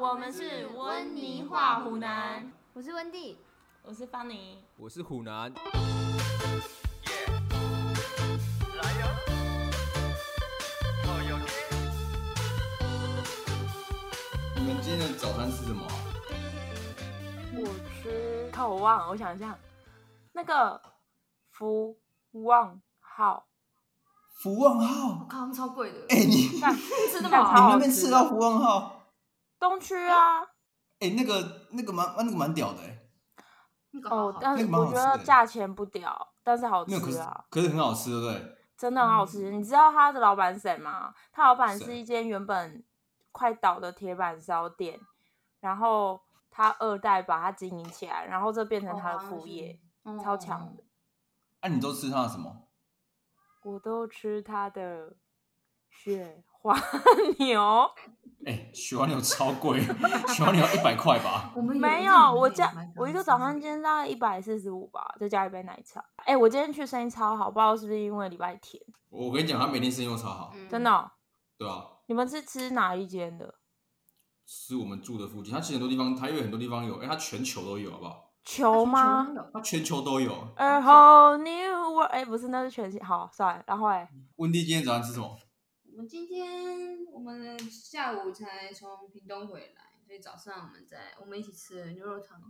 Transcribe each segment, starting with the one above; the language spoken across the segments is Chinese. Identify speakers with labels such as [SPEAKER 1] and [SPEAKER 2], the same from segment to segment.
[SPEAKER 1] 我们是温妮画湖南，
[SPEAKER 2] 我是温蒂，
[SPEAKER 1] 我是方妮。
[SPEAKER 3] 我是虎南，
[SPEAKER 4] 来哟！哦哟
[SPEAKER 5] 你们今天的早餐吃什么啊？
[SPEAKER 6] 我吃，看我忘了，我想一下，那个福旺号，
[SPEAKER 5] 福旺
[SPEAKER 2] 我
[SPEAKER 5] 号，
[SPEAKER 2] 靠，他们超贵的，
[SPEAKER 5] 哎、你你
[SPEAKER 6] 干
[SPEAKER 2] 吃啊那么
[SPEAKER 6] 干
[SPEAKER 2] 好，
[SPEAKER 6] 好
[SPEAKER 5] 那边吃到福旺号，
[SPEAKER 6] 东区啊。
[SPEAKER 5] 哎、那个那个蛮那个蛮屌的、哎，
[SPEAKER 2] 那个好
[SPEAKER 6] 哦，
[SPEAKER 2] 好，
[SPEAKER 6] 但是
[SPEAKER 5] 那个蛮
[SPEAKER 6] 我
[SPEAKER 5] 好
[SPEAKER 6] 觉
[SPEAKER 5] 吃
[SPEAKER 6] 得
[SPEAKER 5] 的
[SPEAKER 6] 价钱不屌，但是好
[SPEAKER 5] 没有，可
[SPEAKER 6] 吃
[SPEAKER 5] 是
[SPEAKER 6] 啊，
[SPEAKER 5] 可是很好吃，对不对？
[SPEAKER 6] 真的很好吃。你知道他的老板是谁吗？他老板是
[SPEAKER 5] 谁
[SPEAKER 6] 一间原本快倒的铁板烧店，然后他二代把它经营起来，然后这变成他的副业，
[SPEAKER 2] 嗯
[SPEAKER 6] 超强的。
[SPEAKER 5] 哎、你都吃它的什么？
[SPEAKER 6] 我都吃他的雪花 牛，
[SPEAKER 5] 哎、雪花牛超贵， 雪花牛一百块吧？
[SPEAKER 2] 我们
[SPEAKER 6] 没有，我加我一个早餐今天大概一百四十五吧，再加一杯奶茶。哎、我今天去生意超好，不知道是不是因为礼拜天，
[SPEAKER 5] 我跟你讲，它每天生意都超好，
[SPEAKER 2] 嗯
[SPEAKER 6] 真的哦、
[SPEAKER 5] 对啊，
[SPEAKER 6] 你们是吃哪一间的？
[SPEAKER 5] 是我们住的附近，它其实很多地方，台北很多地方有，哎、它全球都有，好不好？
[SPEAKER 6] 球吗？
[SPEAKER 5] 它全球都有。
[SPEAKER 6] 然后 new world，哎、不是，那是全新。好，算了。然后哎、
[SPEAKER 5] 温蒂今天早上吃什么？
[SPEAKER 7] 我们今天我们下午才从屏东回来，所以早上我们在我们一起吃了牛肉汤。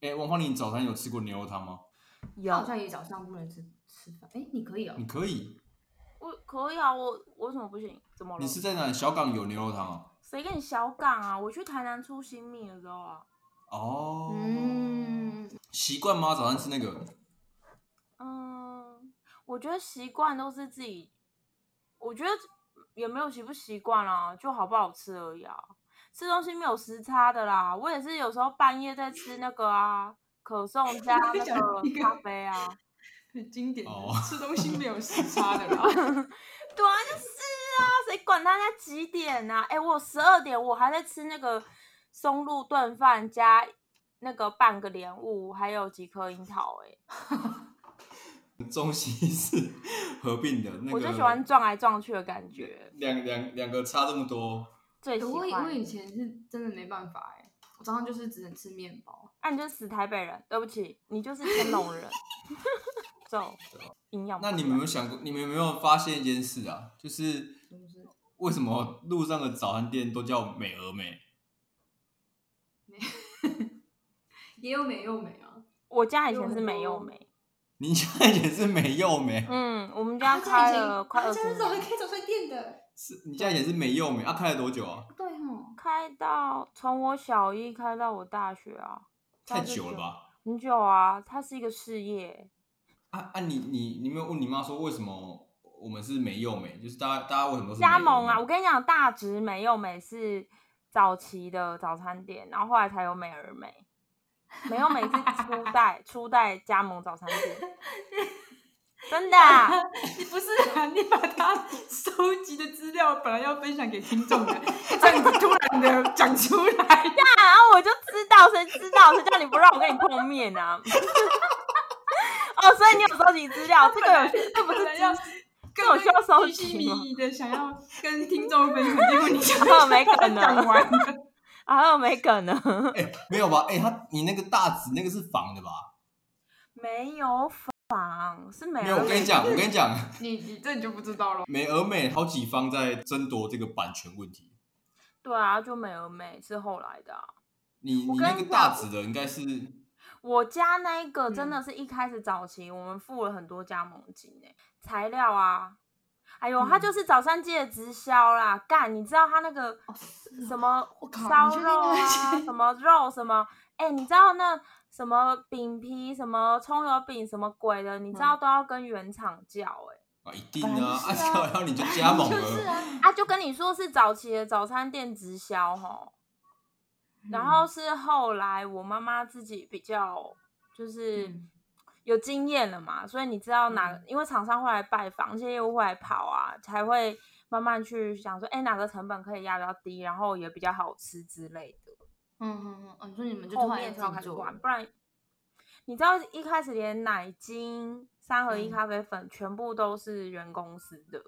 [SPEAKER 5] 哎、王芳，你早餐有吃过牛肉汤吗？
[SPEAKER 6] 嗯
[SPEAKER 2] 有
[SPEAKER 6] 哦
[SPEAKER 2] 好像也早上不能吃吃饭，哎，你可以哦
[SPEAKER 5] 你，可以，
[SPEAKER 6] 我可以啊，我我为什么不行？怎么了
[SPEAKER 5] 你？是在哪里？小港有牛肉汤啊？
[SPEAKER 6] 谁跟你小港啊？我去台南出新密的时候啊，
[SPEAKER 5] 哦，
[SPEAKER 2] 嗯，
[SPEAKER 5] 习惯吗？早上吃那个？
[SPEAKER 6] 嗯，我觉得习惯都是自己，我觉得也没有习不习惯啦，就好不好吃而已啊。吃东西没有时差的啦，我也是有时候半夜在吃那个啊，可颂 加那
[SPEAKER 7] 想
[SPEAKER 6] 个
[SPEAKER 7] 一个
[SPEAKER 6] 咖啡啊。
[SPEAKER 7] 很经典的
[SPEAKER 5] 哦
[SPEAKER 7] 吃东西没有时差的 啦。
[SPEAKER 6] 对啊，就是啊，谁管他在几点啊？哎、我十二点我还在吃那个松露炖饭加那个半个莲雾，还有几颗樱桃、欸。
[SPEAKER 5] 中西是合并的，那个
[SPEAKER 6] 我就喜欢撞来撞去的感觉，
[SPEAKER 5] 两两两个差这么多，
[SPEAKER 6] 最喜
[SPEAKER 7] 我以我
[SPEAKER 6] 欢。
[SPEAKER 7] 以前是真的没办法哎、我早上就是只能吃面包。
[SPEAKER 6] 那、啊你就是死台北人，对不起，你就是天龙人。 走，营养不
[SPEAKER 5] 那你们有没有想过，你们有没有发现一件事啊？就是为什么路上的早餐店都叫美而美？
[SPEAKER 7] 也有美又美啊，
[SPEAKER 6] 我家以
[SPEAKER 7] 有
[SPEAKER 6] 前
[SPEAKER 7] 很
[SPEAKER 6] 是美
[SPEAKER 7] 多哦
[SPEAKER 6] 幼美，
[SPEAKER 5] 你家以前是美又美，
[SPEAKER 6] 嗯，我们
[SPEAKER 7] 啊
[SPEAKER 6] 家开了快二十
[SPEAKER 7] 早上
[SPEAKER 6] 年，
[SPEAKER 7] 开早餐店的。
[SPEAKER 5] 是你家以前是美又美啊？开了多久啊？
[SPEAKER 7] 对哦，
[SPEAKER 6] 开到从我小一开到我大学啊，
[SPEAKER 5] 太久了吧？
[SPEAKER 6] 很久啊，它是一个事业。
[SPEAKER 5] 啊啊！你你你没有问你妈说为什么我们是美又美？就是大家大家为什么都是美
[SPEAKER 6] 加
[SPEAKER 5] 又美
[SPEAKER 6] 盟啊！我跟你讲，大直美又美是早期的早餐店，然后后来才有美而美。美又美是初代初代加盟早餐 店，真的啊、
[SPEAKER 7] 你 不是啊？你把他收集的资料本来要分享给听众 的，这样子突然的讲出来，
[SPEAKER 6] 然啊后我就知道，谁知道谁叫你不让我跟你碰面啊？哦，所以你有收集资 料，这个有这不是
[SPEAKER 7] 本来要
[SPEAKER 6] 知这有需要收
[SPEAKER 7] 居心
[SPEAKER 6] 集吗？
[SPEAKER 7] 密意的想要跟听众分享，结果你 就
[SPEAKER 6] 啊没可能
[SPEAKER 7] 讲完了。
[SPEAKER 6] 啊，我没梗呢，
[SPEAKER 5] 哎、没有吧？哎、他你那个大直那个是仿的吧？
[SPEAKER 6] 没有房是美
[SPEAKER 5] 没有，
[SPEAKER 6] 而
[SPEAKER 5] 我跟你
[SPEAKER 6] 美，
[SPEAKER 5] 讲，我跟你讲，
[SPEAKER 7] 你你这你就不知道了。
[SPEAKER 5] 美而美好几方在争夺这个版权问题。
[SPEAKER 6] 对啊，就美而美是后来的啊、
[SPEAKER 5] 你
[SPEAKER 6] 我
[SPEAKER 5] 你
[SPEAKER 6] 跟
[SPEAKER 5] 那
[SPEAKER 6] 你讲
[SPEAKER 5] 个大直的应该是
[SPEAKER 6] 我家那一个真
[SPEAKER 7] 嗯
[SPEAKER 6] 的是一开始早期，我们付了很多加盟金诶、材料啊，哎呦，它
[SPEAKER 7] 嗯
[SPEAKER 6] 就是早餐界的直销啦，干，你知道它那个什么
[SPEAKER 7] 哦我靠
[SPEAKER 6] 烧
[SPEAKER 7] 你确定
[SPEAKER 6] 肉
[SPEAKER 7] 那
[SPEAKER 6] 啊
[SPEAKER 7] 个，
[SPEAKER 6] 什么肉什么，哎、你知道那什么饼皮、什么葱油饼、什么鬼的，你知
[SPEAKER 7] 嗯
[SPEAKER 6] 道都要跟原厂叫欸诶、
[SPEAKER 5] 啊，一定啊，啊， 然后你就加盟了，
[SPEAKER 7] 嗯
[SPEAKER 6] 啊， 就跟你说是早期的早餐店直销吼，然
[SPEAKER 7] 嗯
[SPEAKER 6] 后是后来我妈妈自己比较就是
[SPEAKER 7] 嗯
[SPEAKER 6] 有经验了嘛，所以你知道哪，
[SPEAKER 7] 嗯
[SPEAKER 6] 因为厂商会来拜访，这些业务会来跑啊，才会慢慢去想说，哎，哪个成本可以压比较低，然后也比较好吃之类的。
[SPEAKER 2] 嗯嗯嗯，哦，你说你们就
[SPEAKER 6] 后
[SPEAKER 2] 突然
[SPEAKER 6] 面才开始
[SPEAKER 2] 做
[SPEAKER 6] 玩，不然你知道一开始连奶精、三合一
[SPEAKER 7] 嗯
[SPEAKER 6] 咖啡粉全部都是原公司的。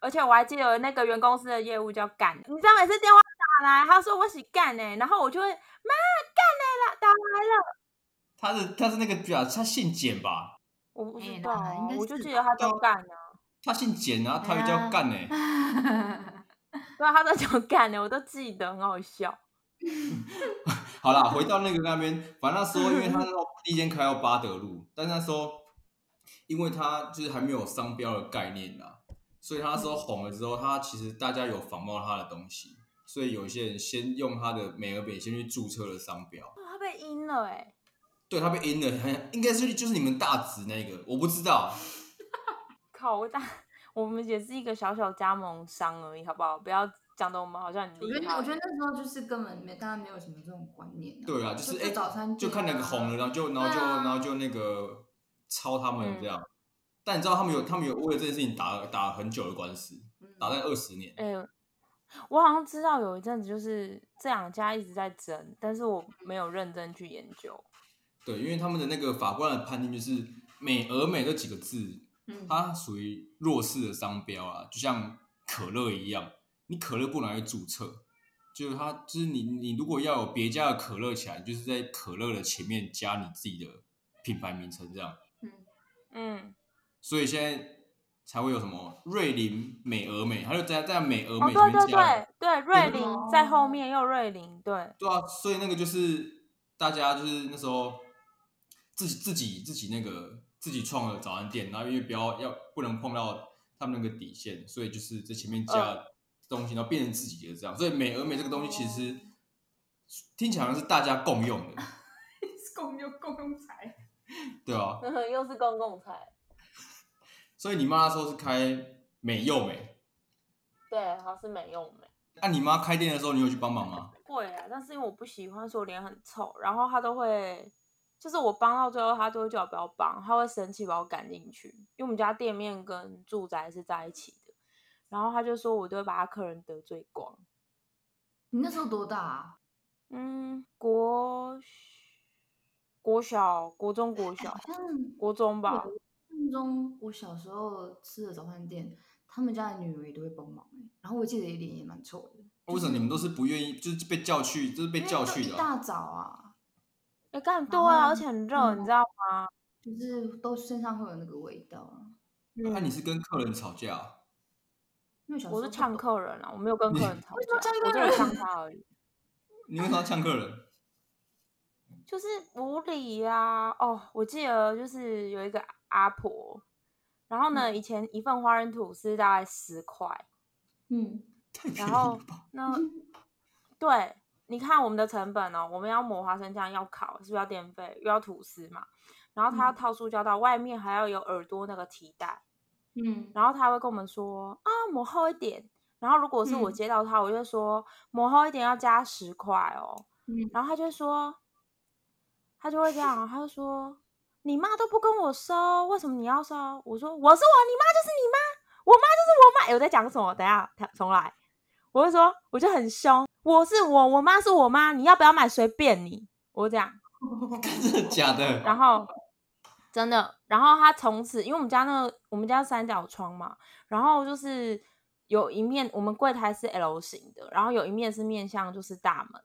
[SPEAKER 6] 而且我还记得那个原公司的业务叫干，你知道每次电话来，他说我洗干呢，然后我就会妈干呢啦，打来了，
[SPEAKER 5] 他是他是那个表，他姓简吧？
[SPEAKER 6] 我不
[SPEAKER 2] 哎
[SPEAKER 6] 知
[SPEAKER 2] 那
[SPEAKER 6] 道啊，
[SPEAKER 2] 应该
[SPEAKER 6] 我就是记得
[SPEAKER 2] 吧
[SPEAKER 6] 他叫
[SPEAKER 5] 对啊
[SPEAKER 6] 干呢，
[SPEAKER 5] 他姓简啊，他
[SPEAKER 2] 哎呀
[SPEAKER 5] 也叫干呢、
[SPEAKER 6] 对啊，他在叫干呢，我都记得，很好笑。
[SPEAKER 5] 好啦，回到那个那边，反正那时候因 为他那时候第一间开到巴德路，但是那时候因为他就是还没有商标的概念啦，所以他那时候红了之后，他其实大家有仿冒他的东西，所以有一些人先用他的美而美先去注册了商标，
[SPEAKER 6] 哇他被阴了
[SPEAKER 2] 欸
[SPEAKER 6] 哎，
[SPEAKER 5] 对他被阴了，很应该是就是你们大直那个，我不知道，
[SPEAKER 6] 靠，我打， 我们也是一个小小加盟商而已，好不好？不要讲的我们好像很
[SPEAKER 2] 我觉
[SPEAKER 6] 厉
[SPEAKER 2] 得
[SPEAKER 6] 害。
[SPEAKER 2] 我觉得那时候就是根本没大家没有什么这种观念、啊。
[SPEAKER 5] 对啊，就是
[SPEAKER 2] 就
[SPEAKER 5] 哎、
[SPEAKER 2] 早餐啊
[SPEAKER 5] 就看哪
[SPEAKER 2] 那
[SPEAKER 5] 个红了，，然后就然后就、
[SPEAKER 2] 对啊嗯
[SPEAKER 5] 然后就那个抄他们这样，但你知道他们有他们有为了这件事情打打很久的官司，打
[SPEAKER 2] 嗯、
[SPEAKER 5] 了二十年。
[SPEAKER 6] 哎、我好像知道有一阵子就是这两家一直在争，但是我没有认真去研究。
[SPEAKER 5] 对，因为他们的那个法官的判定就是“美而美”这几个字，
[SPEAKER 2] 嗯
[SPEAKER 5] 它属于弱势的商标啊，就像可乐一样，你可乐不拿来注册，就是它就是你你如果要有别家的可乐起来，就是在可乐的前面加你自己的品牌名称这样，
[SPEAKER 6] 嗯，
[SPEAKER 5] 所以现在才会有什么瑞林美而美，它就在在美而
[SPEAKER 6] 哦，
[SPEAKER 5] 美
[SPEAKER 6] 对
[SPEAKER 5] 前面
[SPEAKER 6] 对
[SPEAKER 5] 加了。
[SPEAKER 6] 对对，瑞
[SPEAKER 5] 对
[SPEAKER 6] 林在后面又瑞林， 对，
[SPEAKER 5] 对啊，所以那个就是大家就是那时候自己自己自己那个自己创了早餐店，然后因为不要要不能碰到他们那个底线，所以就是在前面
[SPEAKER 2] 嗯
[SPEAKER 5] 加东西，然后变成自己的这样。所以美而美这个东西其实听起来好像是大家共用的，
[SPEAKER 7] 共用共用财，
[SPEAKER 5] 对啊。
[SPEAKER 6] 嗯又是公共财，
[SPEAKER 5] 所以你妈那时候是开美又美，
[SPEAKER 6] 对，好像是没用没。
[SPEAKER 5] 那、你妈开店的时候，你有去帮忙吗？
[SPEAKER 6] 会啊，但是因为我不喜欢，所以我脸很臭，然后他都会，就是我帮到最后，他都会叫我不要帮，他会生气把我赶进去，因为我们家店面跟住宅是在一起的，然后他就说我都会把他客人得罪光。
[SPEAKER 2] 你那时候多大、啊？
[SPEAKER 6] 嗯，国国小、国中、国小
[SPEAKER 2] 好、像
[SPEAKER 6] 国中吧，
[SPEAKER 2] 印象中我小时候吃的早餐店，他们家的女儿也都会帮忙、欸、然后我记得脸也蛮臭的。
[SPEAKER 5] 为什么你们都是不愿意，就是被叫去，就是被
[SPEAKER 2] 因为
[SPEAKER 5] 叫
[SPEAKER 2] 都
[SPEAKER 5] 去
[SPEAKER 2] 一
[SPEAKER 5] 的啊、
[SPEAKER 2] 大早啊，
[SPEAKER 6] 哎、干对
[SPEAKER 2] 然
[SPEAKER 6] 啊，
[SPEAKER 2] 后
[SPEAKER 6] 而且很热，你
[SPEAKER 2] 嗯
[SPEAKER 6] 知道
[SPEAKER 2] 就是都身上会有那个味道啊。
[SPEAKER 5] 那、
[SPEAKER 6] 吗？
[SPEAKER 5] 你是跟客人吵架啊、
[SPEAKER 2] 因为小时候
[SPEAKER 6] 我是
[SPEAKER 2] 不
[SPEAKER 6] 呛
[SPEAKER 2] 懂，
[SPEAKER 6] 客人啊， 我没有跟客
[SPEAKER 5] 你
[SPEAKER 6] 人吵
[SPEAKER 2] 为什么
[SPEAKER 6] 架，
[SPEAKER 2] 呛
[SPEAKER 6] 我
[SPEAKER 2] 客
[SPEAKER 6] 只有
[SPEAKER 2] 人
[SPEAKER 6] 呛他而已。
[SPEAKER 5] 你为什么要呛客 人？
[SPEAKER 6] 就是无哦理啊！哦，我记得就是有一个阿婆，然后呢，以前一份花生吐司大概十块，
[SPEAKER 2] 嗯，
[SPEAKER 5] 太
[SPEAKER 6] 然
[SPEAKER 5] 便宜
[SPEAKER 6] 后
[SPEAKER 5] 了吧？
[SPEAKER 6] 那对，你看我们的成本哦，我们要抹花生酱，要烤，是不是要电费，又要吐司嘛？然后他要
[SPEAKER 2] 嗯
[SPEAKER 6] 套塑胶袋，外面还要有耳朵那个提袋，
[SPEAKER 2] 嗯，
[SPEAKER 6] 然后他还会跟我们说啊，抹厚一点。然后如果是我
[SPEAKER 2] 嗯
[SPEAKER 6] 接到他，我就会说抹厚一点要加十块哦。
[SPEAKER 2] 嗯
[SPEAKER 6] 然后他就会说，他就会这样，他就说你妈都不跟我收，为什么你要收？我说我是我，你妈就是你妈，我妈就是我妈。诶我在讲什么？等一下他重来。我就说，我就很凶，我是我，我妈是我妈，你要不要买随便你。我就这样，
[SPEAKER 5] 真的 假的？
[SPEAKER 6] 然后真的，然后他从此，因为我们家那个我们家三角窗嘛，然后就是有一面我们柜台是 L 型的，然后有一面是面向就是大门，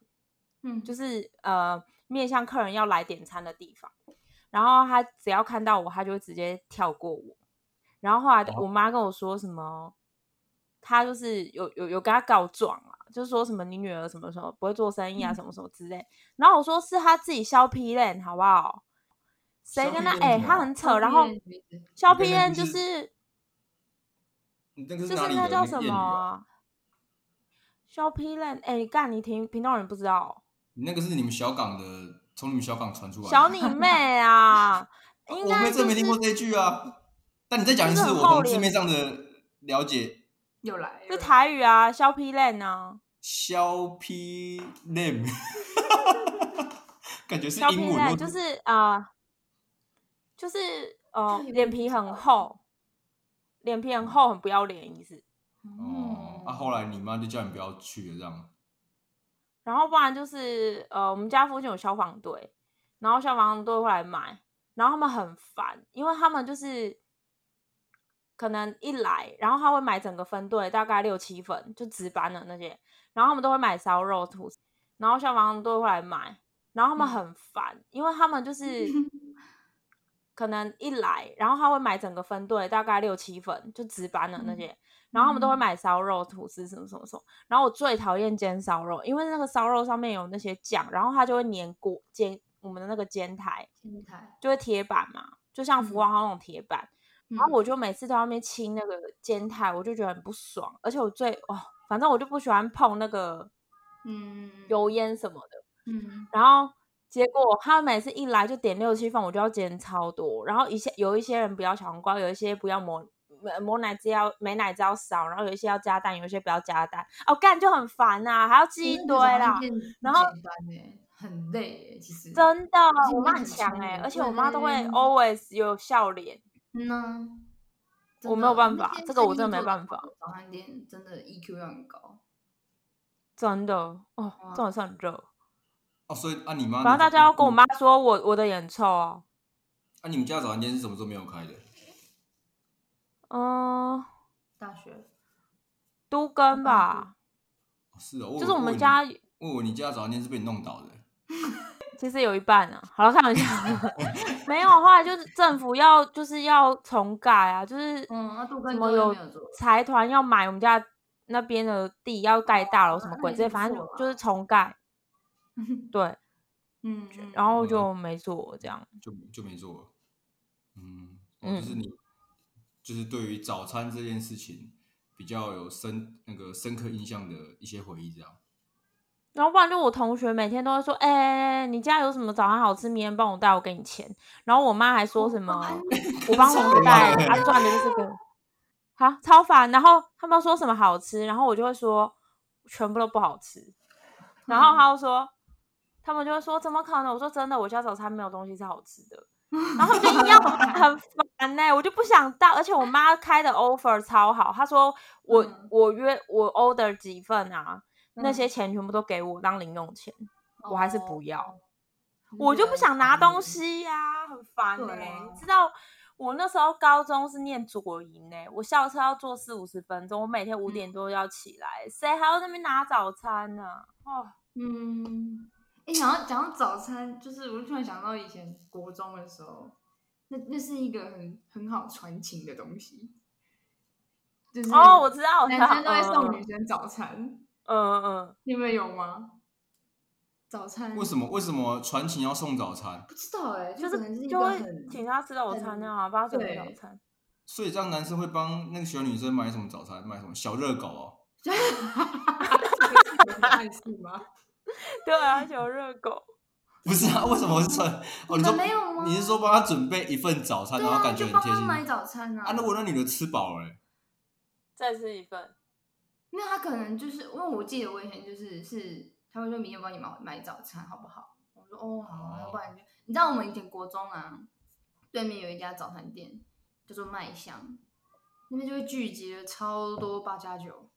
[SPEAKER 2] 嗯，
[SPEAKER 6] 就是是呃面向客人要来点餐的地方。然后他只要看到我，他就会直接跳过我。然后后来我妈跟我说什么，他就是有有有跟他告状啊，就是说什么你女儿什么什么不会做生意啊，什么什么之类。然后我说是他自己削皮嘞，好不好？谁跟他
[SPEAKER 5] 削皮
[SPEAKER 6] 哎、
[SPEAKER 5] 烂是什
[SPEAKER 6] 他
[SPEAKER 5] 么
[SPEAKER 6] 很
[SPEAKER 2] 削
[SPEAKER 6] 扯。
[SPEAKER 2] 皮
[SPEAKER 6] 然后
[SPEAKER 2] 烂什么意思
[SPEAKER 6] 削
[SPEAKER 5] 你刚
[SPEAKER 6] 皮烂就是是
[SPEAKER 5] 才不你那个
[SPEAKER 6] 就是
[SPEAKER 5] 哪里
[SPEAKER 6] 那
[SPEAKER 5] 的
[SPEAKER 6] 叫
[SPEAKER 5] 那
[SPEAKER 6] 什
[SPEAKER 5] 个谚语
[SPEAKER 6] 么
[SPEAKER 5] 啊？
[SPEAKER 6] 啊？削皮烂哎，干你平平东人不知道哦、
[SPEAKER 5] 你那个是你们小港的，从你们小港传出来的。
[SPEAKER 6] 小 你妹啊！应
[SPEAKER 5] 我
[SPEAKER 6] 该
[SPEAKER 5] 没
[SPEAKER 6] 就是
[SPEAKER 5] 真没听过这一句啊。但你再讲一
[SPEAKER 6] 就是
[SPEAKER 5] 次，
[SPEAKER 6] 很
[SPEAKER 5] 我
[SPEAKER 6] 厚
[SPEAKER 5] 从
[SPEAKER 6] 脸
[SPEAKER 5] 字面上的了解，
[SPEAKER 2] 又来
[SPEAKER 6] 这
[SPEAKER 2] 又来
[SPEAKER 6] 台语啊，削皮烂啊，
[SPEAKER 5] 削皮 name，感觉是
[SPEAKER 6] 削
[SPEAKER 5] 英
[SPEAKER 6] 皮
[SPEAKER 5] 文
[SPEAKER 6] 烂
[SPEAKER 5] 哦，
[SPEAKER 6] 就是啊、呃就是呃，
[SPEAKER 2] 这有
[SPEAKER 6] 脸
[SPEAKER 2] 点
[SPEAKER 6] 皮
[SPEAKER 2] 不知
[SPEAKER 6] 很
[SPEAKER 2] 道
[SPEAKER 6] 厚，脸皮很厚，很不要脸的意思。嗯
[SPEAKER 5] 哦，啊，后来你妈就叫你不要去了，这样。
[SPEAKER 6] 然后不然就是呃，我们家附近有消防队，然后消防队会来买，然后他们很烦，因为他们就是可能一来，然后他会买整个分队，大概六七份，就值班的那些，然后他们都会买烧肉、吐司，然后消防队会来买，然后他们很烦，因为他们就是可能一来，然后他会买整个分队，大概六七份，就值班的那些，然后他们都会买烧肉、吐司什么什么什么。然后我最讨厌煎烧肉，因为那个烧肉上面有那些酱，然后它就会粘锅煎我们的那个煎台，
[SPEAKER 2] 天台，
[SPEAKER 6] 就会铁板嘛，就像福
[SPEAKER 2] 嗯
[SPEAKER 6] 华号那种铁板。
[SPEAKER 2] 然
[SPEAKER 6] 然后我就每次都要面清那个煎台，我就觉得很不爽，而且我最哦，反正我就不喜欢碰那个
[SPEAKER 2] 嗯
[SPEAKER 6] 油烟什么的。
[SPEAKER 2] 嗯
[SPEAKER 6] 然后结果他每次一来就点六七份，我就要煎超多。然后一些有一些人不要小黄瓜，有一些不要抹呃抹奶汁要美奶汁要少，然后有一些要加蛋，有一些不要加蛋。哦，干就很烦呐、还要记一堆啦。，然后
[SPEAKER 2] 简单欸很累欸，其实
[SPEAKER 6] 真的
[SPEAKER 2] 而，且
[SPEAKER 6] 我
[SPEAKER 2] 你
[SPEAKER 6] 妈
[SPEAKER 2] 很
[SPEAKER 6] 很强
[SPEAKER 2] 聪
[SPEAKER 6] 哎、
[SPEAKER 2] 明
[SPEAKER 6] 而且
[SPEAKER 2] 对
[SPEAKER 6] 我妈都会
[SPEAKER 2] 对
[SPEAKER 6] always 有笑脸。
[SPEAKER 2] 嗯呐真
[SPEAKER 6] 我没
[SPEAKER 2] 的
[SPEAKER 6] 有办
[SPEAKER 2] 那
[SPEAKER 6] 法
[SPEAKER 2] 些
[SPEAKER 6] 这个
[SPEAKER 2] 餐
[SPEAKER 6] 我
[SPEAKER 2] 厅
[SPEAKER 6] 真的没
[SPEAKER 2] 做得
[SPEAKER 6] 办
[SPEAKER 2] 好
[SPEAKER 6] 法
[SPEAKER 2] 的早餐店真的 EQ 要很高，
[SPEAKER 6] 真的哦，
[SPEAKER 2] 哇
[SPEAKER 6] 真的是很热。
[SPEAKER 5] 哦，所以啊，你妈那
[SPEAKER 6] 然后大
[SPEAKER 5] 早
[SPEAKER 6] 家要跟我
[SPEAKER 5] 嗯
[SPEAKER 6] 妈说我我的眼臭啊，
[SPEAKER 5] 啊，你们家早餐店是什么时候没有开的？
[SPEAKER 6] 嗯，
[SPEAKER 2] 大学
[SPEAKER 6] 都跟
[SPEAKER 2] 啊
[SPEAKER 6] 吧，
[SPEAKER 5] 哦是哦，我以为
[SPEAKER 6] 就是我们家
[SPEAKER 5] 我以为你家早餐店是被你弄倒的。
[SPEAKER 6] 其实有一半啊，好了，开 玩笑，没有，后来就是政府要就是要重改啊，就是
[SPEAKER 2] 嗯，那杜根
[SPEAKER 6] 什么
[SPEAKER 2] 都
[SPEAKER 6] 有
[SPEAKER 2] 没有做
[SPEAKER 6] 财团要买我们家那边的地，要盖大楼什么
[SPEAKER 2] 啊那
[SPEAKER 6] 鬼
[SPEAKER 2] 也
[SPEAKER 6] 这些，
[SPEAKER 2] 不
[SPEAKER 6] 反正
[SPEAKER 2] 错
[SPEAKER 6] 就
[SPEAKER 2] 啦
[SPEAKER 6] 就是重盖，对，
[SPEAKER 2] 嗯，嗯
[SPEAKER 6] 然后
[SPEAKER 5] 嗯
[SPEAKER 6] 就没做这样，
[SPEAKER 5] 就就没做了。嗯，哦、
[SPEAKER 6] 嗯
[SPEAKER 5] 就是你，就是对于早餐这件事情比较有深那个深刻印象的一些回忆，这样。
[SPEAKER 6] 然后不然就我同学每天都会说，哎、你家有什么早餐好吃，明天帮我带，我给你钱。然哦后我妈还说什么，我帮我们带，她 赚的就是个，好超烦。然后他们说什么好吃，然后我就会说全部都不好吃。然后他就说，他们就会说怎么可能？我说真的，我家早餐没有东西是好吃的。然后就硬 要很烦呢、我就不想到，而且我妈开的 offer 超好，她说我、
[SPEAKER 2] 嗯
[SPEAKER 6] 我约我 order 几份啊，那
[SPEAKER 2] 嗯
[SPEAKER 6] 些钱全部都给我当零用钱，我还是
[SPEAKER 2] 哦
[SPEAKER 6] 不要，
[SPEAKER 2] 你
[SPEAKER 6] 我就不
[SPEAKER 2] 觉得
[SPEAKER 6] 想拿
[SPEAKER 2] 烦
[SPEAKER 6] 东
[SPEAKER 2] 欸，
[SPEAKER 6] 西呀、很烦
[SPEAKER 2] 对
[SPEAKER 6] 呢、
[SPEAKER 2] 啊
[SPEAKER 6] 你知道我那时候高中是念左营呢、我校车要坐四五十分钟，我每天五点
[SPEAKER 2] 嗯
[SPEAKER 6] 多要起来，谁还要在那边拿早餐呢、哦，
[SPEAKER 2] 嗯，哎，想要讲到早餐，就是我突然想到以前国中的时候，那那是一个很很好传情的东西，就是
[SPEAKER 6] 哦，我知道，我知道，
[SPEAKER 2] 男生都会送
[SPEAKER 6] 嗯
[SPEAKER 2] 女生早餐，
[SPEAKER 6] 嗯嗯嗯，
[SPEAKER 2] 你们有吗？早餐
[SPEAKER 5] 为什
[SPEAKER 2] 么
[SPEAKER 5] 么为什么传情要送早餐？
[SPEAKER 2] 不知道哎、
[SPEAKER 6] 就
[SPEAKER 2] 可能
[SPEAKER 6] 是
[SPEAKER 2] 一
[SPEAKER 6] 就
[SPEAKER 2] 个
[SPEAKER 6] 会
[SPEAKER 2] 很
[SPEAKER 6] 请他吃早餐啊，帮他准备早
[SPEAKER 2] 对
[SPEAKER 6] 餐。
[SPEAKER 5] 所以这样男生会帮那个喜欢女生买什么早餐？买什么小热狗哦？
[SPEAKER 2] 这个是暗示吗？
[SPEAKER 6] 对啊，而且有热狗，
[SPEAKER 5] 不是啊，为什么是传？哦，你说
[SPEAKER 2] 们没有吗
[SPEAKER 5] 你是说帮他准备一份早餐，
[SPEAKER 2] 对
[SPEAKER 5] 然后
[SPEAKER 2] 啊，
[SPEAKER 5] 感觉
[SPEAKER 2] 就
[SPEAKER 5] 很
[SPEAKER 2] 帮
[SPEAKER 5] 贴
[SPEAKER 2] 他
[SPEAKER 5] 心
[SPEAKER 2] 买早餐啊。
[SPEAKER 5] 啊？如果那女的吃饱了欸、
[SPEAKER 6] 再吃一份。
[SPEAKER 2] 没有，他可能就是因为我记得我以前就是是，他会说明天帮你买买早餐好不好？我说哦好啊，要不然就你知道我们以前国中啊，对面有一家早餐店叫做麦香，那边就会聚集了超多八加九，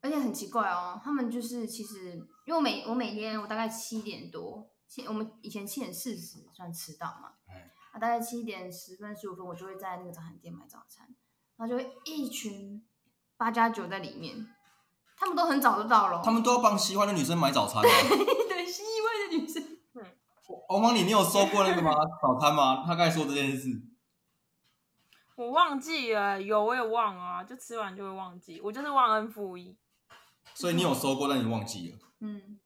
[SPEAKER 2] 而且很奇怪哦，他们就是其实因为我每我每天我大概七点多，七我们以前七点四十算迟到嘛
[SPEAKER 5] 哎，
[SPEAKER 2] 啊大概七点十分十五分我就会在那个早餐店买早餐。然后就会一群八加九在里面，他们都很早就到了哦。
[SPEAKER 5] 他们都要帮喜欢的女生买早餐、啊。哦
[SPEAKER 2] 对新一位的女生，
[SPEAKER 5] 王芳，你你有收过那个吗？早餐吗？他刚才说这件事。
[SPEAKER 6] 我忘记了，有我也忘啊，就吃完就会忘记，我就是忘恩负义。
[SPEAKER 5] 所以你有收过，但你忘记了。
[SPEAKER 2] 嗯，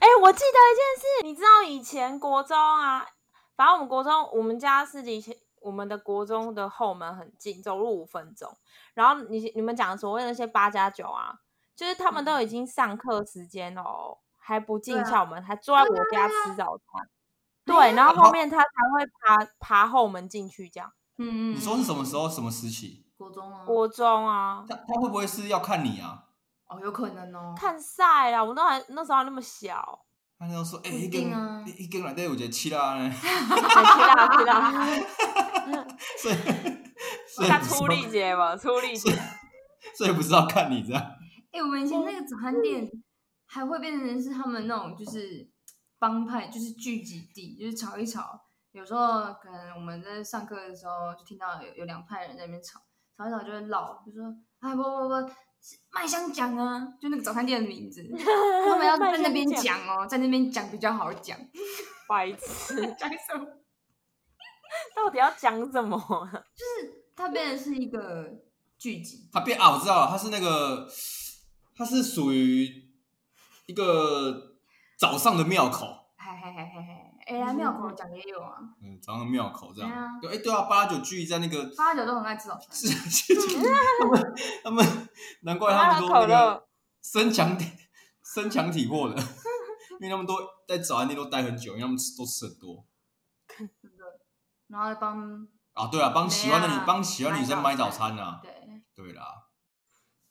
[SPEAKER 6] 哎、我记得一件事，你知道以前国中啊，反正我们国中，我们家是离前我们的国中的后门很近，走路五分钟。然后你你们讲所谓的那些八加九啊，就是他们都已经上课时间了哦，还不进
[SPEAKER 2] 对啊
[SPEAKER 6] 校门，还坐在我家吃早餐。对，然后后面他才会爬爬后门进去，这样。
[SPEAKER 2] 嗯嗯，
[SPEAKER 5] 你说是什么时候？什么时期？
[SPEAKER 2] 国中吗？
[SPEAKER 6] 国中啊，
[SPEAKER 5] 他他会不会是要看你啊？
[SPEAKER 2] 哦，有可能哦。
[SPEAKER 6] 看赛啊，我都还那时候还那么小，
[SPEAKER 5] 他那时候说，哎、
[SPEAKER 2] 不一
[SPEAKER 5] 一
[SPEAKER 2] 定
[SPEAKER 5] 根、
[SPEAKER 2] 啊
[SPEAKER 5] 一一根来对我觉得气啦 呢，
[SPEAKER 6] 还吃哎啦吃啦，
[SPEAKER 5] 所以所以
[SPEAKER 6] 像
[SPEAKER 5] 不是
[SPEAKER 6] 初
[SPEAKER 5] 要
[SPEAKER 6] 力节吧，初力节
[SPEAKER 5] 所以。所以不是要看你这样。
[SPEAKER 2] 哎、我们以前那个早餐店还会变成是他们那种就是帮派，就是聚集地，就是吵一吵，有时候可能我们在上课的时候就听到有有两派人在那边吵，吵一吵就会闹，就说哎不不不，是麦香讲啊，就那个早餐店的名 字，他们要在那边讲哦，在那边讲比较好讲，
[SPEAKER 6] 白痴，
[SPEAKER 2] 讲什么？
[SPEAKER 6] 到底要讲什么啊？
[SPEAKER 2] 它变成是一个聚集，
[SPEAKER 5] 它变啊，我知道了，它是那个，它是属于一个早上的庙口，
[SPEAKER 2] 嗨嗨嗨嗨嗨，哎呀庙口讲也有啊，
[SPEAKER 5] 嗯，早上的庙口这
[SPEAKER 2] 对啊
[SPEAKER 5] 样。对，哎，对啊，八九聚在那个
[SPEAKER 2] 八九都很爱吃早餐，
[SPEAKER 5] 是是是，他们他们难怪他们都
[SPEAKER 6] 他
[SPEAKER 5] 那
[SPEAKER 6] 们的口
[SPEAKER 5] 个身强体 身强体魄的， 因为他们都在早餐店都待很久，因为他们吃都吃很多
[SPEAKER 2] 然后帮
[SPEAKER 5] 啊。对啊，帮喜欢的
[SPEAKER 2] 没
[SPEAKER 5] 女
[SPEAKER 2] 啊
[SPEAKER 5] 帮喜欢的女生买
[SPEAKER 2] 买
[SPEAKER 5] 早
[SPEAKER 2] 早
[SPEAKER 5] 餐
[SPEAKER 2] 餐
[SPEAKER 5] 啊。
[SPEAKER 2] 对。
[SPEAKER 5] 对啦，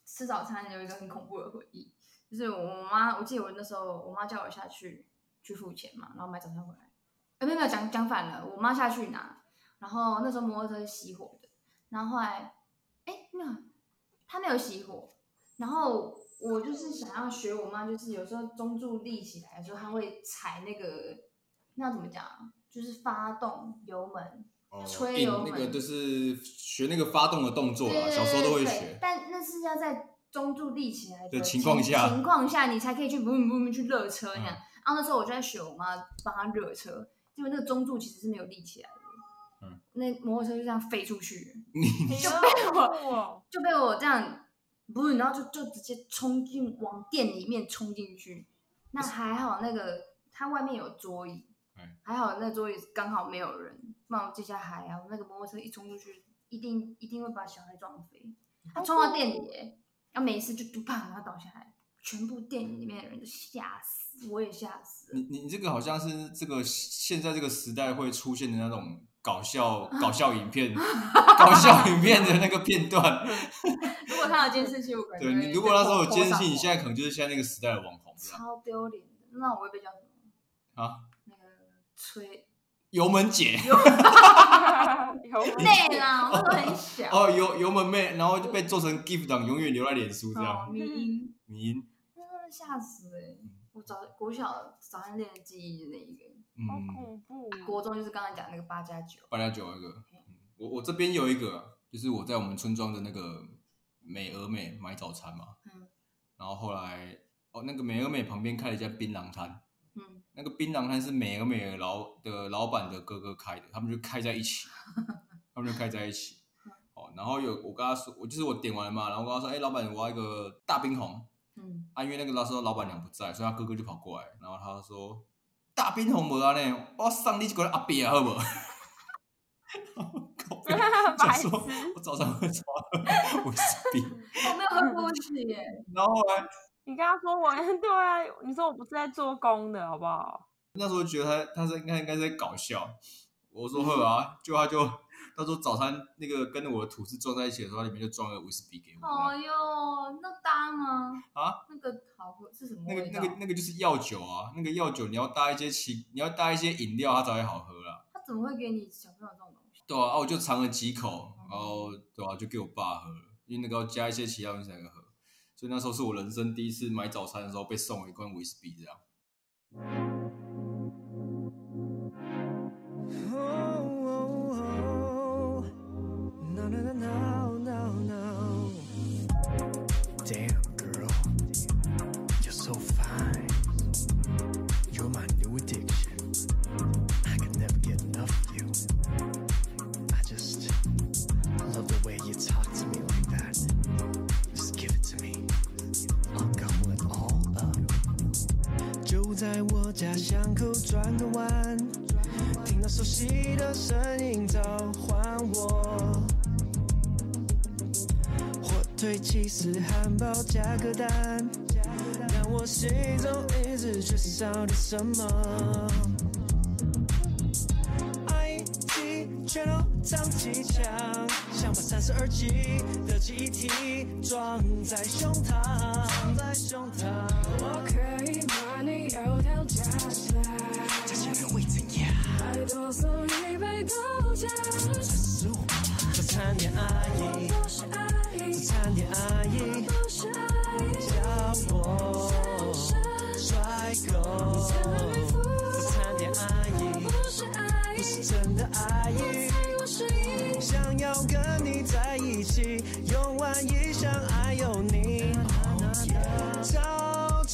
[SPEAKER 2] 吃早餐有一个很恐怖的回忆，就是我妈，我记得我那时候我妈叫我下去去付钱嘛，然后买早餐回来。呃，没有没有，讲讲反了，我妈下去拿，然后那时候摩托车是熄火的，然后后来，哎，没有，她没有熄火，然后我就是想要学我妈，就是有时候中柱立起来的时候，她会踩那个，那要怎么讲啊？就是发动油门，
[SPEAKER 5] 哦
[SPEAKER 2] 吹
[SPEAKER 5] 印
[SPEAKER 2] 油
[SPEAKER 5] 那
[SPEAKER 2] 门
[SPEAKER 5] 个就是学那个发动的动作啦，
[SPEAKER 2] 对
[SPEAKER 5] 小时候都会
[SPEAKER 2] 对
[SPEAKER 5] 学。
[SPEAKER 2] 但那是要在中柱立起来
[SPEAKER 5] 的
[SPEAKER 2] 的
[SPEAKER 5] 情况下
[SPEAKER 2] 情况下你才可以去不不不去热车那样。
[SPEAKER 5] 嗯
[SPEAKER 2] 然后那时候我就在学我妈帮她热车，结果那个中柱其实是没有立起来的，
[SPEAKER 5] 嗯
[SPEAKER 2] 那摩托车就这样飞出去，
[SPEAKER 5] 你
[SPEAKER 2] 就被我
[SPEAKER 6] 我
[SPEAKER 2] 就被我这样不是，然后就就直接冲进往店里面冲进去。那还好那个它外面有桌椅
[SPEAKER 5] 哎，
[SPEAKER 2] 还好那桌椅刚好没有人，不然我这下还好，那个摩托车一冲出去，一定一定会把小孩撞飞。
[SPEAKER 5] 嗯
[SPEAKER 2] 他冲到店里耶，然后没事就就啪，然后倒下来，全部店里面的人都吓死，我也吓死了。
[SPEAKER 5] 你你这个好像是这个现在这个时代会出现的那种搞笑搞笑影片搞笑影片的那个片段。
[SPEAKER 2] 如果他有监视器，我感觉
[SPEAKER 5] 对你如果那时候有监视器，你现
[SPEAKER 2] 在
[SPEAKER 5] 在可能就是现在那个时代的网红 这样
[SPEAKER 2] 超丢脸的，那我会被叫什么？
[SPEAKER 5] 啊。
[SPEAKER 2] 那个吹
[SPEAKER 5] 油门姐
[SPEAKER 6] 有
[SPEAKER 2] 累啦，我那时候很小，
[SPEAKER 5] 哦，油油门妹，然后就被做成 GIF 档，永远留在脸书这
[SPEAKER 2] 哦，
[SPEAKER 5] 样。
[SPEAKER 2] 迷音，
[SPEAKER 5] 迷因，
[SPEAKER 2] 那真的吓死哎！我早国小早上练的记忆的那一个，
[SPEAKER 6] 好
[SPEAKER 5] 嗯，
[SPEAKER 6] 恐怖哦，
[SPEAKER 2] 国中就是刚才讲那个八加九，
[SPEAKER 5] 八加九那个，嗯我我这边有一个啊，就是我在我们村庄的那个美而美买早餐嘛，
[SPEAKER 2] 嗯
[SPEAKER 5] 然后后来哦，那个美而美旁边开了一家槟榔摊，
[SPEAKER 2] 嗯，
[SPEAKER 5] 那个槟榔摊是美而美的老的老板的哥哥开的，他们就开在一起，他们就开在一起。哦，然后有我跟他说，我就是我点完了嘛，然后我跟他说，哎、老板，我要一个大冰红，
[SPEAKER 2] 嗯，
[SPEAKER 5] 啊，因为那个那时候老板娘不在，所以他哥哥就跑过来，然后他就说：“大冰红无啊呢，我送你一个阿伯啊好不好？” 靠背想
[SPEAKER 6] 白痴
[SPEAKER 5] 说，我早上会抓威士忌，
[SPEAKER 2] 我没有喝过去耶，
[SPEAKER 5] 然后后来
[SPEAKER 6] 你跟他说我 对啊，你说我不是在做工的好不好？
[SPEAKER 5] 那时候觉得他他是应该应该是在搞笑，我说呵啊，就他就他说早餐那个跟我的吐司撞在一起的时候，它里面就装了威士忌给我，
[SPEAKER 2] 哦哟，那搭吗？
[SPEAKER 5] 啊，
[SPEAKER 2] 那个好喝是什么
[SPEAKER 5] 那个
[SPEAKER 2] 味
[SPEAKER 5] 那
[SPEAKER 2] 道？
[SPEAKER 5] 个那个就是药酒啊，那个药酒你要搭一些奇，你要搭一些饮料，它才会好喝啦。
[SPEAKER 2] 他怎么会给你小朋友这种东西？
[SPEAKER 5] 对啊，啊我就尝了几口，然后对啊，就给我爸喝了，因为那个要加一些其他东西才能喝。所以那时候是我人生第一次买早餐的时候被送了一罐威士忌，这样。
[SPEAKER 3] Oh, oh, oh. No, no, no, no, no, no. Damn, girl. You're so fine. You're my new addiction. I could never get enough of you. I just love the way you talk to me like that. Just give it to me. I'll gobble it all up. 就在我家巷口转个弯，听到熟悉的声音召唤我。火腿起司汉堡加个蛋，但我心中一直缺少点什么。IT 全都藏起墙，想把三十二集的记忆体装在胸膛，装在胸膛。
[SPEAKER 8] 我可以把你油条夹起来，
[SPEAKER 3] 这些人会怎样？
[SPEAKER 8] 还多送一杯豆浆。
[SPEAKER 3] 十五，早餐店阿姨，
[SPEAKER 8] 我是阿
[SPEAKER 3] 早
[SPEAKER 8] 姨，
[SPEAKER 3] 餐店阿姨
[SPEAKER 8] 我是阿姨，
[SPEAKER 3] 教我
[SPEAKER 8] 是
[SPEAKER 3] 帅哥，早餐店阿姨
[SPEAKER 8] 我是阿
[SPEAKER 3] 不是
[SPEAKER 8] 姨，
[SPEAKER 3] 这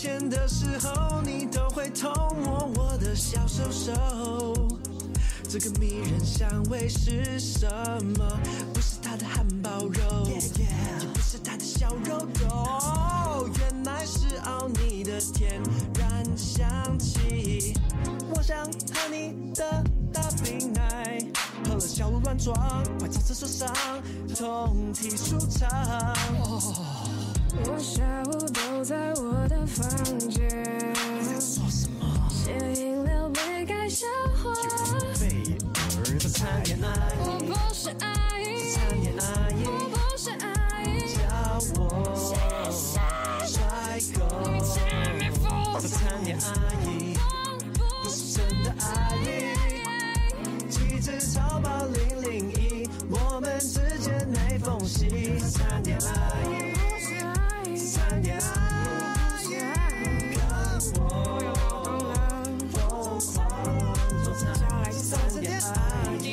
[SPEAKER 3] 面的时候，你都会偷摸我的小手手。这个迷人香味是什么？不是它的汉堡肉，也不是它的小肉肉，原来是奥尼的天然香气。我想和你的大冰奶，喝了小鹿乱撞，快从厕所上通体舒畅。哦
[SPEAKER 8] 我下午都在我的房间，
[SPEAKER 3] 做什么？
[SPEAKER 8] 写饮料杯盖笑话。
[SPEAKER 3] 贝尔的谈恋爱，
[SPEAKER 8] 我不是阿姨，
[SPEAKER 3] 谈恋爱，
[SPEAKER 8] 我不是阿
[SPEAKER 3] 叫
[SPEAKER 8] 姨，
[SPEAKER 3] 我帅哥。
[SPEAKER 8] 前面
[SPEAKER 3] 我
[SPEAKER 8] 风
[SPEAKER 3] 的谈恋阿姨，不是真的阿姨，机智超跑零零一，我们之间没缝隙。谈恋阿姨，
[SPEAKER 8] 不是阿姨，
[SPEAKER 3] 谈恋阿姨，跟我疯狂做谈恋阿姨，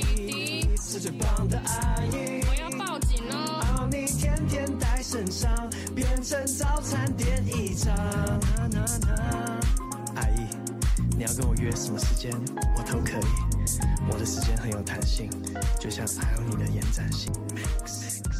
[SPEAKER 3] 是最棒的阿姨。
[SPEAKER 8] 我要报警喽！
[SPEAKER 3] 奥你天天带身上，变成早餐店一场。阿姨，你要跟我约什么时间？我都可以，我的时间很有弹性，就像还有你的延展性。Max